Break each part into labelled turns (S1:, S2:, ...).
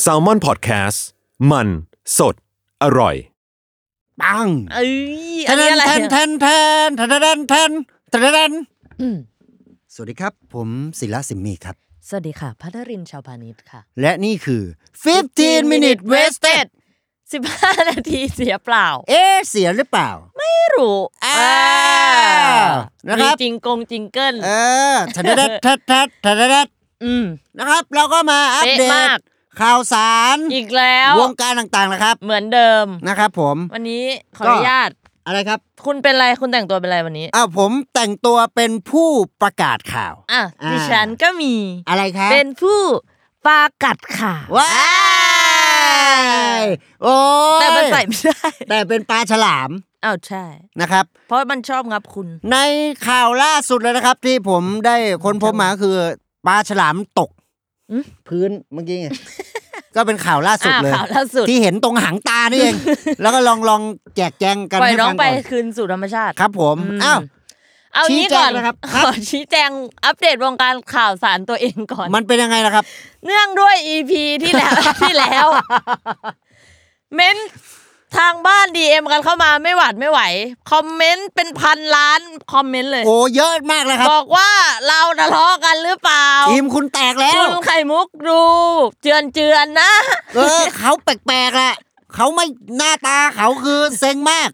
S1: แซลมอนพอดแคสต์มันสดอร่อย
S2: ปัง
S3: เอ้ยอั
S2: แท่
S3: นนี้อะไร
S2: นแท่น
S3: เนี่ย
S2: แท่นแท่นแท่นแท่นแท่นแท่นแท่น
S3: อืม
S2: สวัสดีครับ ผมศิลาสิมมีครับ
S3: สวัสดีค่ะพัทรินชาวพานิชค่ะ
S2: และนี่คือ 15 minute wasted
S3: สิบห้านาทีเสียเปล่า
S2: เอ๊ะเสียหรือเปล่า
S3: ไม่รู้
S2: อ้าวนะครับ
S3: มีจริงกงจิงเกิล
S2: เออแท่นแท่นแท่นแท่นแท่นแท่น
S3: อืม
S2: นะครับ เราก็มาอัปเดต
S3: เป๊ะมาก
S2: ข่าวสาร
S3: อีกแล้ว
S2: วงการต่างๆนะครับ
S3: เหมือนเดิม
S2: นะครับผม
S3: วันนี้ขอ
S2: ก็
S3: อนุญาต
S2: อะไรครับ
S3: คุณเป็นอะไรคุณแต่งตัวเป็นอะไรวันนี้
S2: อ้าวผมแต่งตัวเป็นผู้ประกาศข่าว
S3: อ่ะ
S2: อ่า
S3: ดิฉันก็มี
S2: อะไรครับ
S3: เป็นผู้ปากัดข่าว
S2: ว้ายโอ้ย
S3: แต่มันใส่ไม่ได้
S2: แต่เป็นปลาฉลาม
S3: อ้าวใช่
S2: นะครับ
S3: เพราะมันชอบงับคุณ
S2: ในข่าวล่าสุดเลยนะครับ ที่ผมได้ค้นพบมาคือปลาฉลามตก
S3: อืม
S2: พื้นเมื่อกี้ไง ก็เป็นข่าวล่าสุด
S3: อ่า
S2: เลย
S3: ข่าวล่าสุด
S2: ที่เห็นตรงหางตานี่เอง แล้วก็ลองลองแจกแจงกัน
S3: ปล่อย
S2: ให้
S3: น้อง
S2: ฟัง
S3: ไป
S2: ก่อน
S3: คืนสู่ธรรมชาติ
S2: ครับผม
S3: อืม
S2: อ้าว
S3: เอา
S2: ชี้
S3: นี้
S2: แจง
S3: ก่อน
S2: นะครับ
S3: ข
S2: ครับ
S3: อชี้แจงอัปเดตวงการข่าวสารตัวเองก่อน
S2: มันเป็นยังไงล่ะครับ
S3: เนื่องด้วย EP ที่แล้ว ที่แล้ว เม้นต์ทางบ้าน DM กันเข้ามาไม่หวัดไม่ไหว คอมเมนต์เป็นพันล้านคอมเมนต์เลย
S2: โอ้เยอะมากเลยครับ
S3: บอกว่าเราทะเลาะกันหรือเปล่า
S2: ทีมคุณแตกแล้ว
S3: คุณไข่มุกดู เจือนเจือนๆนะ
S2: เออเขาแปลกๆแหละเขาไม่หน้าตาเขาคือเซ็งมาก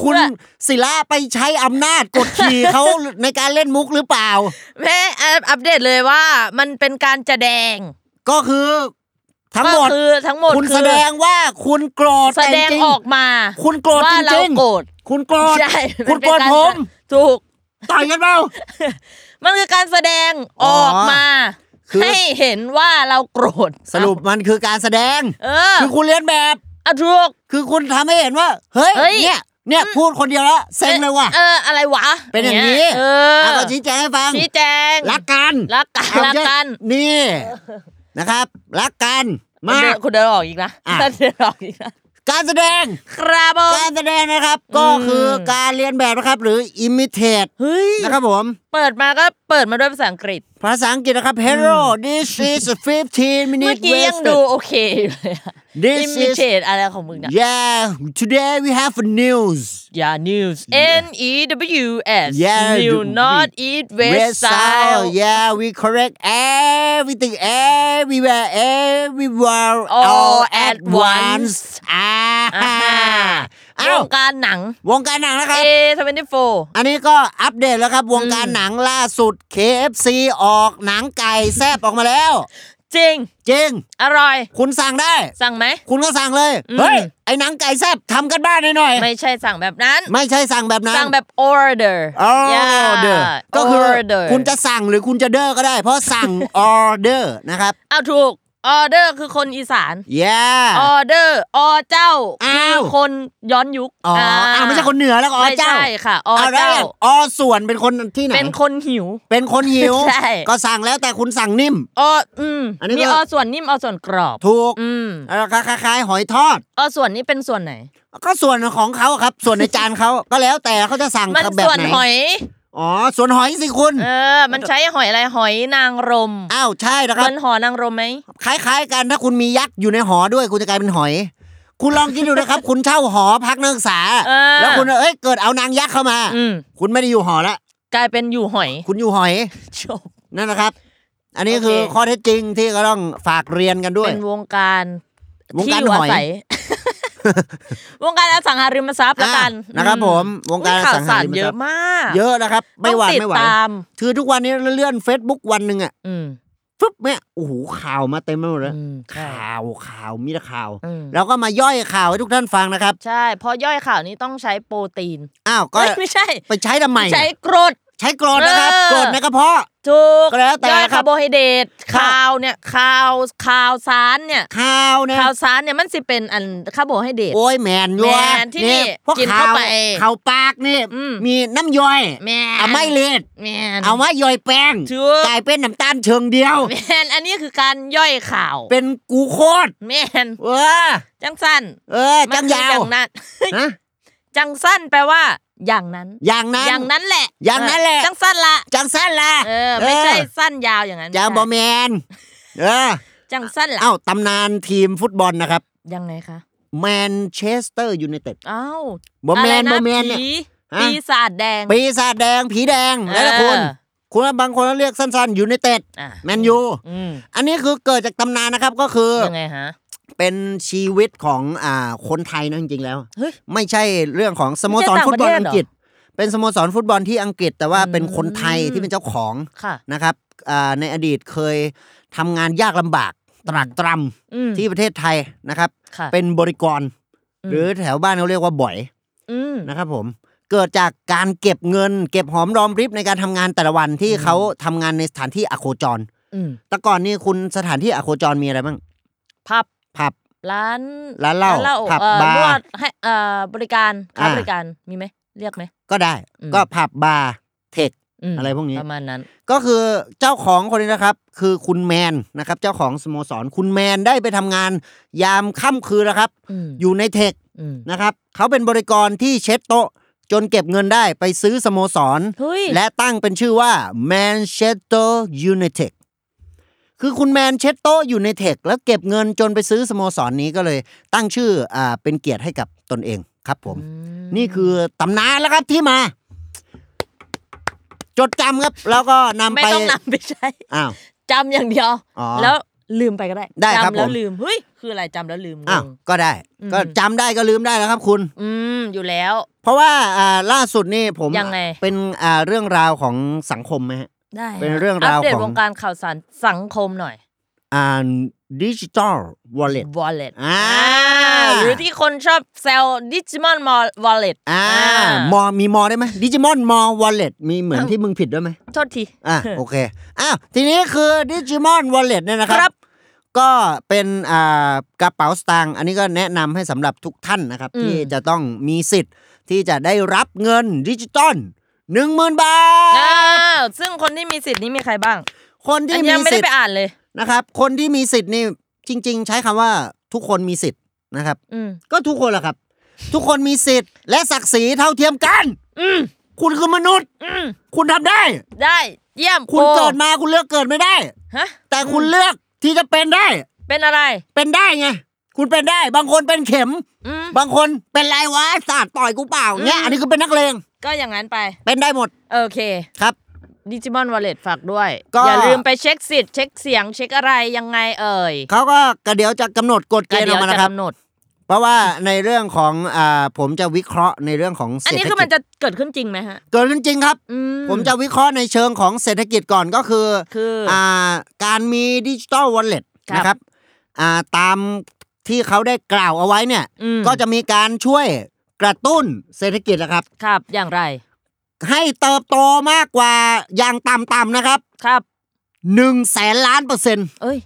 S2: คุณ
S3: ว่า
S2: ศิลาไปใช้อำนาจกดขี่เขาในการเล่นมุกหรือเปล่า
S3: แม่อัปเดตเลยว่า มันเป็นการแสดง
S2: ก็คือทั้งหมด
S3: ก็คือทั้งหมด
S2: คุณ
S3: อ
S2: แสดงว่าคุณโกรธ
S3: แสดง
S2: ต่จริ
S3: ออกมา
S2: คุณโกรธ
S3: ว่า
S2: จ
S3: เรา
S2: ริง
S3: โกรธ
S2: ๆคุณโกรธ
S3: ใช่
S2: คุณโกรธ
S3: นเป็นาร
S2: ผม
S3: ถูก
S2: ต่อยกันเปล่า
S3: มันคือการแสดง
S2: อ๋
S3: อ
S2: อ
S3: อกมา
S2: คือ
S3: ให้เห็นว่าเราโกรธ
S2: สรุปมันคือการแสดง
S3: เออ
S2: คือคุณเรียนแบบ
S3: อ่ะถูก
S2: คือคุณทำให้เห็นว่า เฮ้ย
S3: เฮ้ย
S2: เนี่ยเนี่ยพูดคนเดียวแล้วเซ็งเลยว่ะ
S3: เอออะไรวะ
S2: เป็นอย่างนี้
S3: เออ
S2: เอาก็ชี้แจงให้ฟัง
S3: ชี้แจง
S2: รักกัน
S3: รักกันรักกัน
S2: นี่นะครับรักกันมาก
S3: คุณเดินออกอีกนะ
S2: อ่ะ
S3: คุณเดินออกอีกนะ
S2: การแสดง
S3: ครับผม
S2: การแสดงนะครับ ก็คืออ
S3: ม
S2: การเรียนแบบนะครับ หรือ imitate
S3: เฮ้ย
S2: นะครับผม
S3: เปิดมาก็เปิดมาด้วยภาษาอังกฤษ
S2: ภาษาอังกฤษนะครับ Hello this is 15
S3: เมื่อ
S2: minute
S3: กี้ยังดู
S2: wasted
S3: โอเคอยู่เลยอะ
S2: this
S3: อิมิเช
S2: is
S3: ตอะไรของมึงเนี่ย
S2: yeah today we have news
S3: อย่า news N E W S
S2: Yeah,
S3: new
S2: do-
S3: not eat west side
S2: yeah we correct everything everywhere everywhere all
S3: All
S2: at
S3: at
S2: once
S3: once
S2: อ่า
S3: อ่าฮะ
S2: อ้าว
S3: วงการหนัง
S2: วงการหนังนะครับ
S3: A 24
S2: อันนี้ก็อัปเดตแล้วครับ วงการหนังล่าสุด KFC ออกหนังไก่แซบออกมาแล้ว
S3: จริง
S2: จริง
S3: อร่อย
S2: คุณสั่งได้
S3: สั่งไหม
S2: คุณก็สั่งเลย
S3: อืม
S2: เฮ้ย ไอ้หนังไก่แซบทำกันบ้านหน่อยๆ
S3: ไม่ใช่สั่งแบบนั้น
S2: ไม่ใช่สั่งแบบนั้น
S3: สั่งแบบ order
S2: ออ
S3: Yeah
S2: เดอร์ก็คือ
S3: order
S2: คุณจะสั่งหรือคุณจะเดอร์ก็ได้ เพราะ สั่ง ออเดอร์นะครับ
S3: เอาถูก order คือคนอีสาน
S2: yeah
S3: order อเจ้า
S2: อ้าว
S3: คือคนย้อนยุค
S2: อ๋อ
S3: อ่า
S2: อ้าวไม่ใช่คนเหนือแล้วก็อ๋อ
S3: ไม่
S2: เจ้า
S3: ใช่ค่ะ อ
S2: เอาแล้ว
S3: เจ้า
S2: อ๋อส่วนเป็นคนที่ไหน
S3: เป็นคนหิว
S2: เป็นคนหิว
S3: ใช่
S2: ก็สั่งแล้วแต่คุณสั่งนิ่ม
S3: ออืม
S2: อันนี้
S3: มี
S2: ก็
S3: อส่วนนิ่มอส่วนกรอบ
S2: ถูก
S3: อืม
S2: แล้วก็คล้ายๆหอยทอด
S3: อส่วนนี้เป็นส่วนไหน
S2: ก็ส่วนของเขาครับ ส่วนในจานเขา ก็แล้วแต่เขาจะสั่ง
S3: มัน
S2: แบบ
S3: ส่วน
S2: ไหน
S3: หอย
S2: อ๋อส่วนหอยสิคุณ
S3: เออ มันใช้หอยอะไร หอยนางรม
S2: อ้าวใช่นะค
S3: เห
S2: รับ
S3: มันหอนางรมไหม
S2: คล้ายๆกันถ้าคุณมียักษ์อยู่ในหอด้วย คุณจะกลายเป็นหอย คุณลองคิดดูนะครับ คุณเช่าหอพักนักศึกษา
S3: เออ
S2: แล้วคุณเอ้ยเกิดเอานางยักษ์เข้ามา
S3: อืม
S2: คุณไม่ได้อยู่หอละ
S3: กลายเป็นอยู่ห อย
S2: คุณอยู่หอย
S3: จบ
S2: นั่นนะครับ อันนี้
S3: โอเค
S2: คือข้อเท็จจริงที่ก็ต้องฝากเรียนกันด้วย
S3: เป็นวงการ
S2: วง
S3: ที่
S2: การ
S3: อยู่
S2: ห
S3: อา
S2: อย
S3: ศัย วงการอสังหาริมทรัพย์ละกัน
S2: อ่ะนะครับผ
S3: อื
S2: มวงการ
S3: อุ๊ยข่าว
S2: อสังหาริมทรัพย์
S3: เยอะมาก
S2: เยอะนะครับ ไม่หวาน
S3: ต้องติด
S2: ไม่ไหว
S3: ตาม
S2: คือทุกวันนี้เลื่อน Facebook วันหนึ่งอะ
S3: อืม
S2: ฟึบเนี่ยโอ้โหข่าวมาเต็มไปหมดเลย
S3: อืมใช่
S2: ข่าวข่าวมีแต่ข่าว
S3: อืม
S2: แล้วก็มาย่อยข่าวให้ทุกท่านฟังนะครับ
S3: ใช่เพราะย่อยข่าวนี้ต้องใช้โปรตีน
S2: อ้าวก็
S3: เอ้ยไม่ใช่
S2: ไปใช้ทำไม
S3: ใช้กรด
S2: ใ ช้กรดนะครับ
S3: เออ
S2: กรดในกระเพาะ
S3: ถูก
S2: ก็แล้วแต่
S3: ย่อย
S2: ครั
S3: คา
S2: บ
S3: ร์โบไฮเดรต
S2: ครับ
S3: ข่าวเนี่ยข่าวข่าวสารเนี่ย
S2: ข้าวนะ
S3: ข่าวสารเนี่ยมันสิเป็นอันคาร์โบไฮเดรต
S2: โอ้ยแมนยัว
S3: แมนที่นี่
S2: พวก
S3: กิน
S2: ข้า
S3: เข้าว ไป
S2: ข้าวปากนี่
S3: อืม
S2: มีน้ำย่อย
S3: แมน
S2: เอาไม่เลด
S3: แมน
S2: เอาไว้ย่อยแป้ง
S3: ถูก
S2: กลายเป็นน้ำตาลเชิงเดียว
S3: แมนอันนี้คือการย่อยข่าว
S2: เป็นกูโคตร
S3: แมน
S2: เออ
S3: จังสั้น
S2: เออจังยาว
S3: มันคือองนั้น
S2: นะ
S3: จังสั้นแปลว่า อย่างนั้น
S2: อย่างนั้น
S3: อย่างนั้นแหละ
S2: อย่างนั้นแหละ
S3: เออจังสั้นละ
S2: จังสั้นละ
S3: เออไม่ใช่สั้นยาวอย่างนั้น
S2: จังบอแมนเออ
S3: จังสั้นละ
S2: เอ้าตำนานทีมฟุตบอลนะครับ
S3: ยังไงคะ
S2: แมนเชสเตอร์ยูไนเต็ด
S3: อ้าว
S2: บอแมนะบ
S3: ไร
S2: อแมนเนี่ย
S3: ผี
S2: ฮะ
S3: ปีศาจแดง
S2: ปีศาจแดงผีแดง
S3: เออ
S2: แล้วละคุณคุณว่าบางคนเรียกสั้นๆยูไนเต็ด
S3: อ่ะ
S2: แมนยู
S3: อืม
S2: อันนี้คือเกิดจากตำนานนะครับก็คือ
S3: ยังไงฮะ
S2: เป็นชีวิตของอ่าคนไทยนะจริงๆแล้ว
S3: เฮ้ย
S2: ไม่ใช่เรื่องของสโมสร
S3: ไม่ใช่ต่าง
S2: ฟุตบอล
S3: ประเทศ
S2: อังกฤษ เป็นสโมสรฟุตบอลที่อังกฤษ แต่ว่า
S3: อืม
S2: เป็นคนไทยที่เป็นเจ้าของ
S3: ค่ะ
S2: นะครับอ่าในอดีตเคยทำงานยากลำบากตรากตรำ
S3: อืม
S2: ที่ประเทศไทยนะครับ
S3: ค่ะ
S2: เป็นบริกร หรือแถวบ้านเขาเรียกว่าบ่อย
S3: อืม
S2: นะครับผมเกิดจากการเก็บเงิน เก็บหอมรอมริบในการทำงานแต่ละวันที่
S3: อืม
S2: เขาทำงานในสถานที่อโคจร
S3: อืม
S2: แต่ก่อนนี่คุณสถานที่อโคจรมีอะไรบ้าง
S3: ผับ
S2: ผับ
S3: ร้าน
S2: ร้านเหล้าผับ
S3: เอ่อบ
S2: าร์
S3: นวดให้เอ่อบริการค่า
S2: อ่า
S3: บริการมีไหมเรียกไหม
S2: ก็ได้
S3: อืม
S2: ก็ผับบาร์เทค
S3: ม
S2: อะไรพวกนี้
S3: ประมาณนั้น
S2: ก็คือเจ้าของคนนี้นะครับ คือคุณแมนนะครับ เจ้าของสโมสรคุณแมนได้ไปทำงาน ยามค่ำคืนนะครับ
S3: อืม
S2: อยู่ในเทค
S3: อืม
S2: นะครับเขาเป็นบริกรที่เช็ดโต๊ะ จนเก็บเงินได้ไปซื้อสโมสร
S3: เฮ้ย
S2: และตั้งเป็นชื่อว่า Manchester United คือคุณแมนเชสเตอร์ยูไนเต็ดแล้วเก็บเงินจนไปซื้อสโมสรนี้ก็เลย ตั้งชื่ออ่าเป็นเกียรติให้กับตนเองครับผม
S3: อืม
S2: นี่คือตำนานแล้วครับที่มา จดจำครับ แล้วก็นำ
S3: ไม่
S2: ไป
S3: ต้องนำไปใช้
S2: อ้าว
S3: จำอย่างเดียว
S2: อ๋อ
S3: แล้วลืมไปก็ได้
S2: ได้ครับ
S3: จำแล้ว
S2: ผม
S3: ลืมเฮ้ยคืออะไรจำแล้วลืมง
S2: อ้าว
S3: ง
S2: ก็ได้
S3: อืม
S2: ก็จำได้ก็ลืมได้แล้วครับคุณ
S3: อืมอยู่แล้ว
S2: เพราะว่าอ่าล่าสุดนี่ผม
S3: ยังไง
S2: เป็นอ่าเรื่องราวของสังคมไหมฮะ
S3: ได้
S2: เป็นเรื่องราว
S3: อัปเดต
S2: ของ
S3: วงการข่าวสารสังคมหน่อย
S2: อ่าดิจิตอลวอลเล็ต
S3: wallet
S2: อ่า
S3: หรือที่คนชอบแซวดิจิมอน wallet
S2: อ่า
S3: อ่าม
S2: อมีมอได้ไหมดิจิมอนมอวอลเล็ตมีเหมือนที่มึงผิดด้วยไหม
S3: โทษที
S2: อ่า โอเคอ้าวทีนี้คือดิจิมอนวอลเล็ตเนี่ยนะค
S3: ครั
S2: รับ
S3: บ
S2: ก็เป็นอ่ากระเป๋าสตางค์อันนี้ก็แนะนำให้สำหรับทุกท่านนะครับ
S3: อืม
S2: ที่จะต้องมีสิทธิ์ที่จะได้รับเงินดิจิตอลหนึ่งหมื่นบาท
S3: อ่าซึ่งคนที่มีสิทธิ์นี้มีใครบ้าง
S2: คน
S3: อั
S2: ที่
S3: น
S2: มี
S3: ยังไม่
S2: สิ
S3: ได้
S2: ท
S3: ไป
S2: ธิ์
S3: อ่านเลย
S2: นะครับ คนที่มีสิทธิ์นี่จริง ๆ ใช้คำว่าทุกคนมีสิทธิ์นะครับ
S3: อืม
S2: ก็ทุกคนแหละครับ ทุกคนมีสิทธิ์และศักดิ์ศรีเท่าเทียมกัน
S3: อืม
S2: คุณคือมนุษย์
S3: อืม
S2: คุณทำได้
S3: ได้เยี่ยม
S2: คุณ
S3: โอ้
S2: เกิดมาคุณเลือกเกิดไม่ได้
S3: ฮะ
S2: แต่คุณเลือกที่จะเป็นได้
S3: เป็นอะไร
S2: เป็นได้ไงคุณเป็นได้ บางคนเป็นเข็ม
S3: อืม
S2: บางคนเป็นไรวะศาสตร์ต่อยกูเปล่าเนี่ย
S3: อืม
S2: อันนี้คือเป็นนักเลง
S3: ก็อย่างนั้นไป
S2: เป็นได้หมด
S3: โอเค
S2: ครับ
S3: ดิจิมอนวอลเล็ตฝากด้วย
S2: ก็
S3: อย่าลืมไปเช็คสิทธิ์เช็คเสียงเช็คอะไรยังไงเอ่ย
S2: เขาก็กระเดี๋ยวจะกำหนดกฎเก
S3: ก็
S2: ณฑ์อ
S3: เดี๋
S2: อย ก
S3: ว
S2: มา
S3: จะ
S2: นะครับ
S3: กำหนด
S2: เพราะว่าในเรื่องของอ่าผมจะวิเคราะห์ในเรื่องของ
S3: อัน
S2: เศรษฐ
S3: นี้
S2: กิ
S3: คือมัน
S2: จ
S3: จะเกิดขึ้นจริงไหมฮะ
S2: เกิดขึ้นจริงครับ
S3: อื
S2: ผมจะวิเคราะห์ในเชิงของเศรษฐกิจก่อนก็คือ
S3: คืออ
S2: อ่าการมีดิจิตอลวอลเล็ต
S3: ครับ
S2: นะครับอ่าตามที่เขาได้กล่าวเอาไว้เนี่ย
S3: อืม
S2: ก็จะมีการช่วยกระตุ้นเศรษฐกิจนะครับ
S3: ครับอย่างไร
S2: ให้เติบโตมากกว่าอย่างต่ำๆนะครับ
S3: ครับ
S2: หนึ่งแสนล้านเปอร์เซ็นต์
S3: เอ้ย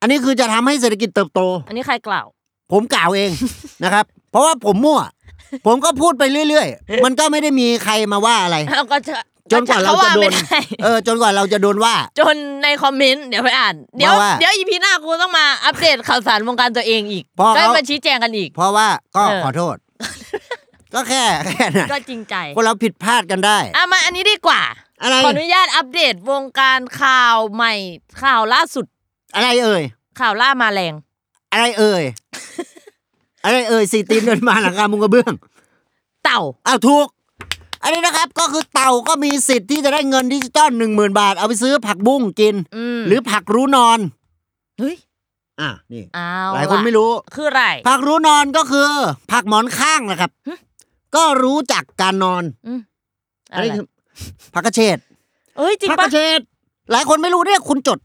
S2: อันนี้คือจะทำให้เศรษฐกิจเติบโต
S3: อันนี้ใครก ล่าว
S2: ผมกล่าวเอง นะครับ เพราะว่าผมมั่ว ผมก็พูดไปเรื่อยๆ มันก็ไม่ได้มีใครมาว่าอะไร
S3: เราก็จะ
S2: จนกว่าเราจะโดน
S3: ก็ไม่ไ
S2: เออ จนกว่าเราจะโดนว่า
S3: จนในคอมเมนต์เดี๋ยวไปอ่าน เดี๋ยว
S2: ว่า
S3: เดี๋ยวอีพีหน้ากูต้องมาอัปเดตข่าวสารวงการตัวเองอีก
S2: พอเขา
S3: ก็มาชี้แจงกันอีก
S2: เพราะว่าก็
S3: เออ
S2: ขอโท ษ ก็แค่ แค่นั้น
S3: ก็จริงใจ
S2: คนเราผิดพลาดกันได้
S3: อ่ะมาอันนี้ดีกว่า
S2: อะไร
S3: ขออนุญาตอัปเดตวงการข่าวใหม่ข่าวล่าสุด
S2: อะไรเอ่ย
S3: ข่าวล่ามาแรง
S2: อะไรเอ่ย อะไรเอ่ยสี่ตีนเดินมาหลังคามุงกระเบื้อง
S3: เต่า
S2: อ้าวถูก อันนี้นะครับก็คือเต่าก็มีสิทธิ์ที่จะได้เงินดิจิตอลหนึ่งหมื่นบาท เอาไปซื้อผักบุ้งกิน
S3: อืม
S2: หรือผักรู้นอน
S3: เฮ้ย
S2: อ่ะนี่
S3: เอา
S2: หลายคนไม่
S3: ล่ะ
S2: รู้
S3: คืออะไร
S2: ผักรู้นอนก็คือ ผักหมอนข้างนะครับ ก็รู้จักการนอน
S3: อืม
S2: อันนี้
S3: ะไร
S2: คือผักกระเฉด
S3: เอ้ยจริง
S2: ผักก
S3: ปะ
S2: ระเฉดหลายคนไม่รู้เนี่ยคุณจด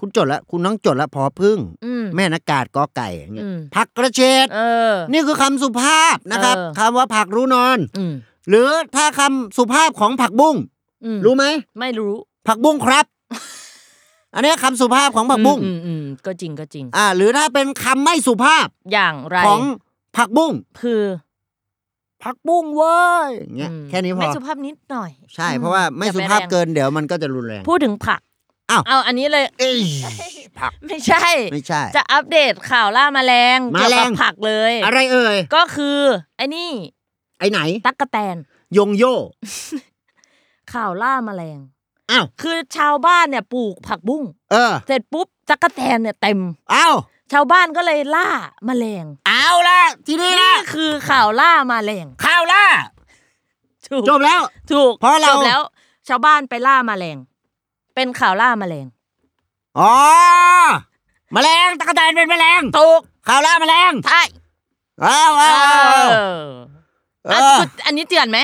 S2: คุณจดแล้วคุณน้องจดแล้วพอพึ่ง
S3: อืม
S2: แม่นากาศกอไก่อย่างเงี้ย
S3: อืม
S2: ผักกระเฉด
S3: เออ
S2: นี่คือคำสุภาพนะครับ
S3: เออ
S2: คำว่าผักรู้นอน
S3: อืม
S2: หรือถ้าคำสุภาพของผักบุ้ง
S3: อืม
S2: รู้ไหม
S3: ไม่รู้
S2: ผักบุ้งครับ อันเนี้ยคำสุภาพของผักบุ้ง
S3: อืมอืมอืมก็จริงก็จริง
S2: อ่า หรือถ้าเป็นคำไม่สุภาพ
S3: อย่างไร
S2: ของผักบุ้ง
S3: คือ
S2: ผักบุ้งเว้ยอย่างเงี้ย
S3: อืม
S2: แค่นี้พ
S3: ไม่
S2: อ
S3: สุภาพนิดหน่อย
S2: ใช่
S3: อื
S2: เพราะว่าไม่
S3: อย่
S2: สุภาพ
S3: ปแรง
S2: เกินเดี๋ยวมันก็จะรุนแรง
S3: พูดถึงผัก
S2: อ้าว
S3: เอาอันนี้เลย
S2: เอ้ยผัก
S3: ไม่ใช่
S2: ไม่ใช่
S3: จะอัปเดตข่าวล่าแมลง
S2: แมลง
S3: เกี่ยวกับผักเลย
S2: อะไรเอ่ย
S3: ก็คือไอ้นี่
S2: ไอ้ไหน
S3: ตั๊กกะแตน
S2: ยงโย
S3: ข่าวล่าแมลง
S2: อ้าว
S3: คือชาวบ้านเนี่ยปลูกผักบุ้ง
S2: เออ
S3: เสร็จปุ๊บตั๊กกะแตนเนี่ยเต็ม
S2: อ้าว
S3: ชาวบ้านก็เลยล่าแมลง
S2: เอาละทีนี้
S3: นี่
S2: ละ
S3: คือข่าวล่าแมลง
S2: ข้าวล่า
S3: ถูก
S2: จบแล้ว
S3: ถูก
S2: เพราะเรา
S3: จบแล้ว ชาวบ้านไปล่าแมลงเป็นข่าวล่าแมลง
S2: อ๋อแมลงตะกะแตนเป็นแมลง
S3: ถูก
S2: ข้าวล่าแมลง
S3: ใช่
S2: อ้าว
S3: เอ
S2: อ้าว
S3: อ
S2: เอ
S3: อ่ะ
S2: อ
S3: จุดอันนี้เจือนไหม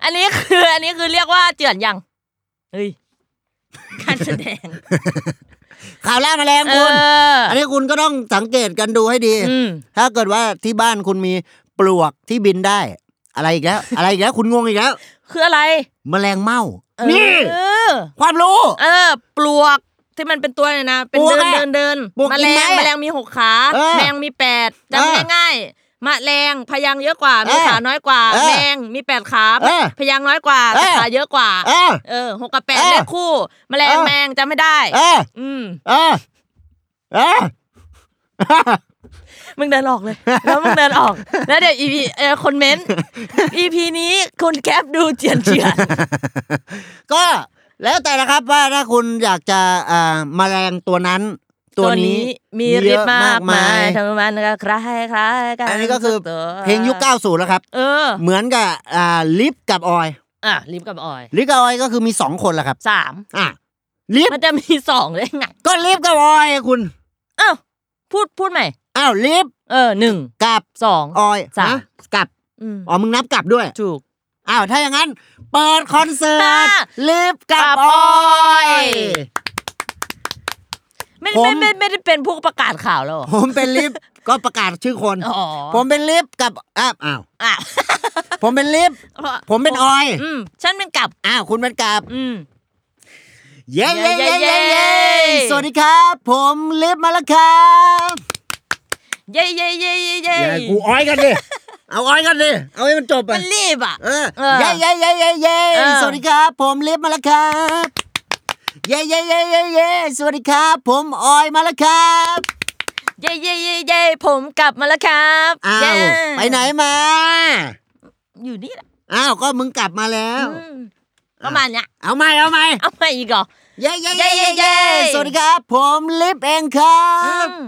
S3: อันนี้คือ อันนี้คือเรียกว่าเจือนยัง เฮ้ย การแสดง
S2: ข้าวล่าแมลง
S3: เอ
S2: คุณ
S3: อ
S2: อั
S3: อั
S2: นนี้คุณก็ต้องสังเกตกันดูให้ดี
S3: อืม
S2: ถ้าเกิดว่าที่บ้านคุณมีปลวกที่บินได้ อะไรอีกแล้ว อะไรอีกแล้วคุณงงอีกแล้ว
S3: คืออะไร
S2: แมลงเม่า
S3: เออ
S2: นี่
S3: เออ
S2: ความรู้
S3: เออ ปลวกที่มันเป็นตัวเนี่ยนะ เป็น
S2: ปลวกอะ
S3: เดินเดินเดิน
S2: ปลวก
S3: แม
S2: กิ
S3: ล
S2: น
S3: ง
S2: ไม้อะ
S3: แมลงมีหกขา
S2: เออ
S3: แมงมีแปด
S2: เออ
S3: จำง่ายๆมะแรงพยางค์เยอะกว่า มี
S2: เออ
S3: ขาน้อยกว่า
S2: เออ
S3: แมงมีแปดขา
S2: เออ
S3: พยางค์น้อยกว่า
S2: เอ
S3: แต่
S2: อ
S3: ขาเยอะกว่า
S2: เออ
S3: เออหกกับแปด
S2: เออ
S3: เลขคู่ แมลง
S2: เออ
S3: แมงจำไม่ได้
S2: เออ
S3: อืม
S2: เออเออ
S3: มึงเดินออกเลย แล้วมึงเดินอ อก แล้วเดี๋ยวอีพีเออคนเม้นอีพีนี้คุณแคปดูเจียนเจียน
S2: ก็แล้วแต่นะครับว่าถ้าคุณอยากจะอ่าแมลงตัวนั้น ตัวนี้
S3: มี
S2: เย
S3: ฤท
S2: อะ
S3: ธิ์มากมาย
S2: ม
S3: ทำมันก็คล้ายคล้ายๆกัน
S2: อันนี้ก็คือ
S3: ตัว
S2: เพลงยุค 90 แล้วครับ
S3: เออ
S2: เหมือนกับอ่าลิฟกับออย
S3: อ่ะลิฟกับออย
S2: ลิฟกับออยก็คือมี 2 คนแหละครับ
S3: สาม
S2: อ่ะลิฟ
S3: มันจะมีสองได้ไง
S2: ก็ลิฟกับออยไงคุณ
S3: เอ้าวพูดพูดใหม่
S2: อ้าวลิฟ
S3: เออหนึ่ง
S2: กับ
S3: สอง
S2: ออย
S3: สาม
S2: นะกลับ
S3: อืม
S2: อ๋อมึงนับกลับด้วย
S3: ถูก
S2: อ้าวถ้าอย่างนั้น เปิดคอนเสิร์ต
S3: อ่ะ
S2: ลิฟกับ
S3: กับ
S2: อ
S3: อ
S2: อ
S3: อย ย ไม่
S2: ผม
S3: ไม่ไม่ไม่ได้เป็นผู้ประกาศข่าวแล้วเหรอ
S2: ผมเป็นลิฟ ก็ประกาศชื่อคน
S3: อ๋อ
S2: ผมเป็นลิฟกับอ้าวอ้าว
S3: อ่ะ
S2: ผมเป็นลิฟ ผมเป็นออย
S3: อืมฉันเป็นกับ
S2: อ้าวคุณเป็นกับ
S3: อืม
S2: เย้
S3: เย้
S2: เย้
S3: เย้
S2: เย้
S3: เย้
S2: เย้เย้สวัสดีครับ ผมลิฟมาแล้วครับ
S3: เย้เย้เย้เย้เย้
S2: อย่ากูอ้อยกันดิ เอาอ้อยกันดิ เอาให้มันจบไป
S3: มันรีบอ่ะ
S2: เออ
S3: เออ
S2: เย้เย้เย้เย้เย้
S3: เออ
S2: สวัสดีครับ ผมลิฟมาแล้วครับเย้เย้เย้เย้เย้สวัสดีครับ ผมออยมาแล้วครับ
S3: เย้เย้เย้เย้ผมกลับมาแล้วครับ
S2: อ้า
S3: เย้
S2: วไปไหนมา
S3: อยู่นี่แหละ
S2: อ้าวก็มึงกลับมาแล้ว
S3: อืมประมาณเนี้ย
S2: เอาใหม่เอาใหม่
S3: เอาไปอีกเหรอ
S2: เย้เย้เย้
S3: เย้
S2: เย้
S3: เย้เย้
S2: เย้สวัสดีครับ ผมลิฟเองครั
S3: อื
S2: บ
S3: ม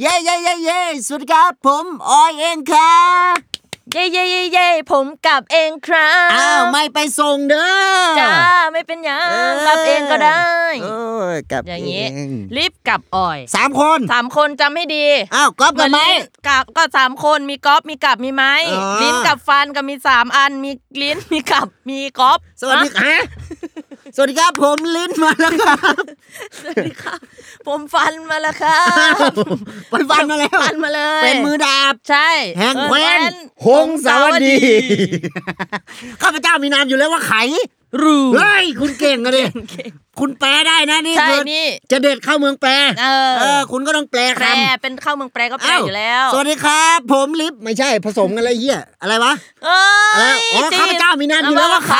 S2: เย้เย้เย้เย้สวัสดีครับ ผมออยเองครับ
S3: เย้เย้เย้เย้ผมกลับเองครับ
S2: อ้าวไม่ไปส่งเด้อ
S3: จ้าไม่เป็นหยัง
S2: เออก
S3: ลับเองก็ได้
S2: โอ้ยกลับ
S3: อย่างงี้
S2: นี้
S3: รีบกลับออย
S2: สามคน
S3: สามคนจำให้ดี
S2: อ้าวก๊อฟกับไม้
S3: ลิ้นกับก็สามคนมีก๊อฟมีกับมีไม้
S2: อ๋อ
S3: ลิ้นกับฟันก็มีสามอันมีลิ้นมีกับมีก๊อฟ
S2: สวัสดีฮะสวัสดีครับผมลิ้นมาแล้วครับ
S3: สวัสดีครับผมฟันมาแล้วครับ
S2: ไปฟันมาแล้ว
S3: ฟันมาเลย
S2: เป็นมือดาบ
S3: ใช่
S2: แห่งแคว้นหงสาวดีข้าพเจ้ามีนามอยู่แล้วว่าไข
S3: รู
S2: เฮ้ยคุณเก่งกันดิคุณแปลได้นะนี่
S3: ใช่
S2: คือ
S3: นี่
S2: จะเด็ดเข้าเมืองแปล
S3: เออ
S2: คุณก็ต้องแปล
S3: แปร
S2: คำ
S3: เป็นเข้าเมืองแปรก็แปรอยู่แล้ว
S2: สวัสดีครับ ผมลิฟไม่ใช่ผสมกันอะไรเหี้ยอะไรวะ
S3: เอ้ย
S2: เอออ๋อข้าพเจ้ามีหน้าที่แล้วว่าไข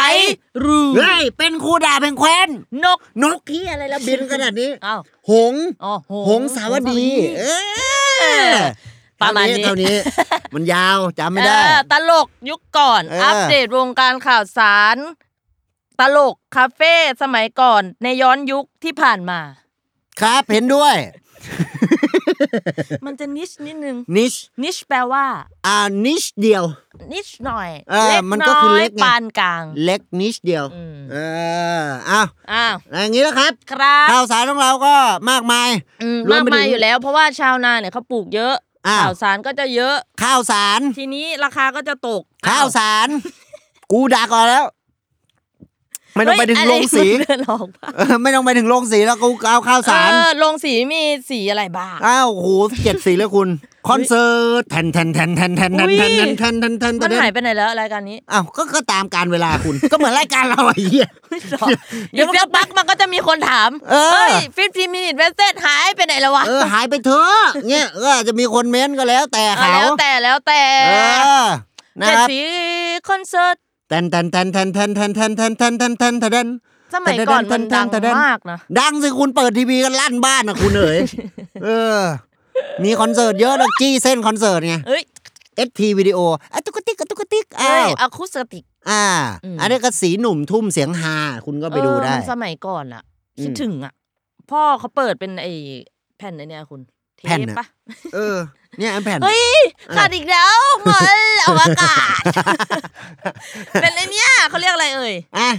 S3: รู
S2: เฮ้ยเป็นครูดาเป็นแคว้น
S3: นก
S2: นกเหี้ยอะไร ละบินขนาดนี้
S3: เอ้าว
S2: หงส์
S3: อ๋อโ
S2: หงสาวดี เออ
S3: ประมาณนี้
S2: เท่านี้เท่า นี้ มันยาวจำไม่ได้
S3: เออตลกยุคก่อน
S2: เอออั
S3: อัปเดตวงการข่าวสาร ตลกคาเฟ่สมัยก่อนในย้อนยุคที่ผ่านมา
S2: ครับเห็นด้วย
S3: มันจะนิชนิดนึง
S2: นิช
S3: นิชแปลว่า
S2: อ่านิชเดียว
S3: นิดหน่อย
S2: เออมันก็คือเล็กไง
S3: ปานกลาง
S2: เล็กนิชเดียว
S3: อืม
S2: เอออ้าว
S3: อ้าว
S2: อย่างนี้แล้วครับ
S3: ครับ
S2: ข่าวสารของเราก็มากมาย
S3: อืม
S2: รว
S3: มาม ก
S2: ไป
S3: มาย
S2: ถึง
S3: อยู่แล้ว เพราะว่าชาวนาเนี่ยเขาปลูกเยอะ
S2: อ้าว
S3: ข่าวสารก็จะเยอะ
S2: ข้าวสาร
S3: ทีนี้ราคาก็จะตก
S2: ข้าวสาร กูด่าก่อนแล้ว ไม่ต้องไปถึง
S3: เฮ้ย
S2: โรงสี
S3: อะไรมันเดินออกปะ
S2: เออไม่ต้องไปถึงโรงสีแล้วกูเอาข้าวสาร
S3: เออโรงสีมีสีอะไรบ้าง
S2: อ้าวโหเจ็ดสีแล้วคุณ คอนเสิร์ตแทนแทนแทนแทนแทนแทนแทนแทนแทนแทนแทน
S3: มันหายไปไหนแล้วรายการนี้
S2: อ้าวก็ก็ตามการเวลาคุณ ก็เหมือนรายการเราไอ้เหี้ย
S3: เดี๋ยวเฟียปักมันก็จะมีคนถาม
S2: เออ
S3: ยฟิฟทีมินิทเวสเซตหายไปไหนแล้ววะ
S2: เออหายไปเถอะเนี่ยก็อาจจะมีคนเม้นก็แล้วแต่
S3: อ่ะ
S2: เขา
S3: แล้วแต่แล้วแต่
S2: เออนะ
S3: เจ็ด
S2: ครับ
S3: สีคอนเสิร์ต
S2: แทนแทนแทนแทนแทนแทนแทนแทนแทนแทนแทนแทน
S3: สมัยก่อนมันดังมากนะ
S2: ดังสิคุณเปิดทีวีกันลั่นบ้านนะคุณเอ๋ย เออ มีคอนเสิร์ตเยอะดอกจี้เส้นคอนเสิร์ตไง
S3: เอ้ย
S2: เอสทีวิดีโออะตุกติกอะตุกติก
S3: เอ้
S2: อ้าวย
S3: อะคูสติก
S2: อ่า
S3: อืม
S2: อันนี้ก็สีหนุ่มทุ่มเสียงฮาคุณก็ไปดูได้
S3: เออมันสมัยก่อนอะ
S2: อืม
S3: คิดถึงอะพ่อเขาเปิดเป็นไอแผ่นไอเนี่ยคุณเทป
S2: แผ่นน่ะ
S3: ปะ
S2: เออ เนี่ยอันแผ่น
S3: เฮ้ยขาดอีกแล้ว เหมือนอวกาศ เป็นไอเนี่ยเขาเรียกอะไรเอ่ย
S2: อ่ะ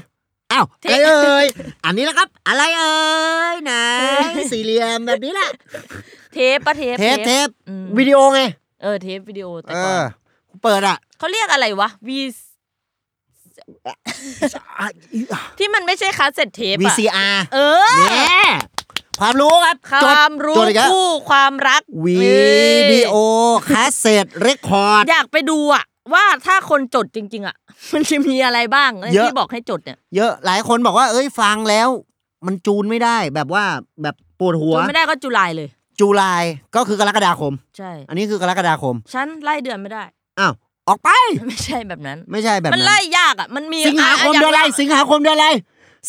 S2: อ้าว
S3: เท
S2: อะไร
S3: ป
S2: เอ่ย อันนี้แล้วครับ อะไรเอ่ยไหนสี่เหลี่ยมแบบนี้ล่ะ
S3: เทปปะเทป
S2: เทปเทป
S3: อืม
S2: วิดีโอไง
S3: เออเทปวิดีโอแต่
S2: เอ
S3: ก่อ
S2: อ
S3: น
S2: เปิดอ่ะ
S3: เขาเรียกอะไรวะวี
S2: อ่ะ
S3: ที่มันไม่ใช่คาสเซ็ตเทปอะ
S2: VCR
S3: เออ
S2: เนี่ยความรู้ครับ
S3: ค
S2: จด
S3: วามรู้
S2: จดอีกแล้ว
S3: คู่ความรัก
S2: วิ
S3: เอ้ย
S2: ดีโอคาสเซ็ตเรคคอร์ด
S3: อยากไปดูอะว่าถ้าคนจดจริง ๆอะ มันจะมีอะไรบ้างไอ้
S2: เยอะ
S3: ที่บอกให้จดเนี่ย
S2: เยอะหลายคนบอกว่า เอ้ยฟังแล้ว มันจูนไม่ได้แบบว่าแบบปวดหัว
S3: จูนไม่ได้ก็จุลายเลย
S2: จูลายก็คือกรกฎาคม
S3: ใช่
S2: อันนี้คือกรกฎาคม
S3: ฉันไล่เดือนไม่ได้
S2: อ้าวออกไป
S3: ไม่ใช่แบบนั้น
S2: ไม่ใช่แบบ
S3: มัน
S2: นั้น
S3: ไล่ยากอ่ะ มันมี
S2: สิงหาคม
S3: ย่
S2: เดือนอะไร
S3: ย่า
S2: สิงหาคมเดือนอะไร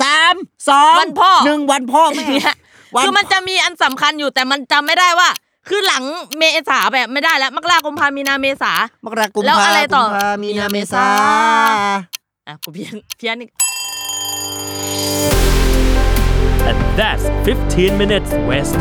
S2: สามสอง
S3: วันพ่อ
S2: หนึ่งวันพ่อแม่
S3: เนี่ย
S2: วัน
S3: คือมันจะมีอันสำคัญอยู่แต่มันจำไม่ได้ว่า คือหลังเมษาแบบไม่ได้แล้วมกราคมพามีนาเมษา
S2: มกราคม
S3: แล้ว
S2: พา
S3: อะไรต่อ
S2: กุมภามีนาเมษา
S3: เมษ อ่ะกูเพี้ยนเพี้ยนอีก
S4: And that's 15 minutes west.